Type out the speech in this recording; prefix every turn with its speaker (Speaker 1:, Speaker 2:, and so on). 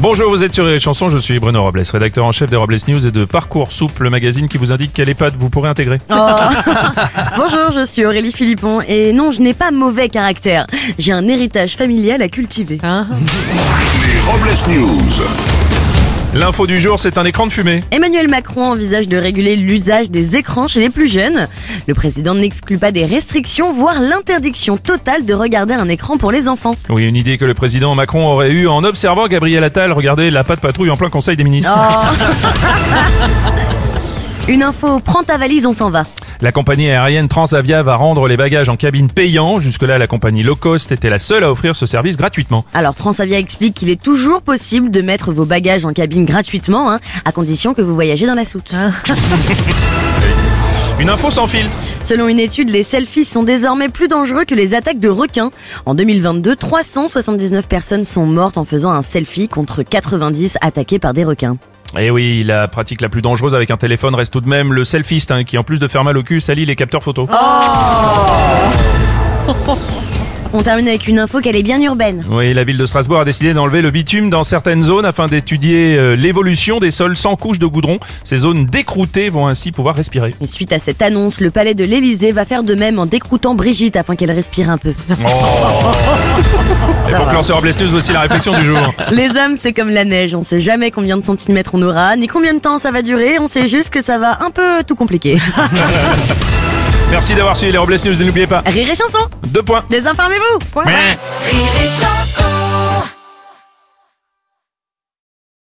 Speaker 1: Bonjour, vous êtes sur les chansons, je suis Bruno Robles, rédacteur en chef des Robles News et de Parcours Souple, le magazine qui vous indique quelle EHPAD vous pourrez intégrer.
Speaker 2: Oh. Bonjour, je suis Aurélie Philippon et non, je n'ai pas mauvais caractère. J'ai un héritage familial à cultiver.
Speaker 3: Les Robles News.
Speaker 1: L'info du jour, c'est un écran de fumée.
Speaker 2: Emmanuel Macron envisage de réguler l'usage des écrans chez les plus jeunes. Le président n'exclut pas des restrictions, voire l'interdiction totale de regarder un écran pour les enfants.
Speaker 1: Oui, une idée que le président Macron aurait eue en observant Gabriel Attal regarder la patte patrouille en plein conseil des ministres.
Speaker 2: Une info, prends ta valise, on s'en va.
Speaker 1: La compagnie aérienne Transavia va rendre les bagages en cabine payants. Jusque-là, la compagnie low cost était la seule à offrir ce service gratuitement.
Speaker 2: Alors Transavia explique qu'il est toujours possible de mettre vos bagages en cabine gratuitement, hein, à condition que vous voyagez dans la soute.
Speaker 1: Une info sans fil.
Speaker 2: Selon une étude, les selfies sont désormais plus dangereux que les attaques de requins. En 2022, 379 personnes sont mortes en faisant un selfie contre 90 attaquées par des requins.
Speaker 1: Et Eh oui, la pratique la plus dangereuse avec un téléphone reste tout de même le selfiste, hein, qui en plus de faire mal au cul, salit les capteurs photos.
Speaker 2: On termine avec une info qu'elle est bien urbaine.
Speaker 1: Oui, la ville de Strasbourg a décidé d'enlever le bitume dans certaines zones afin d'étudier euh, l'évolution des sols sans couche de goudron. Ces zones décroûtées vont ainsi pouvoir respirer.
Speaker 2: Et suite à cette annonce, le palais de l'Elysée va faire de même en décroutant Brigitte afin qu'elle respire un peu.
Speaker 1: Et pour clore ce Robles News, voici la réflexion du jour.
Speaker 2: Les hommes, c'est comme la neige, on sait jamais combien de centimètres on aura, ni combien de temps ça va durer, on sait juste que ça va un peu tout compliquer.
Speaker 1: Merci d'avoir suivi les Robles News et n'oubliez pas,
Speaker 2: Rire et chanson,
Speaker 1: deux points.
Speaker 2: désinformez-vous Point.
Speaker 4: Rire et chanson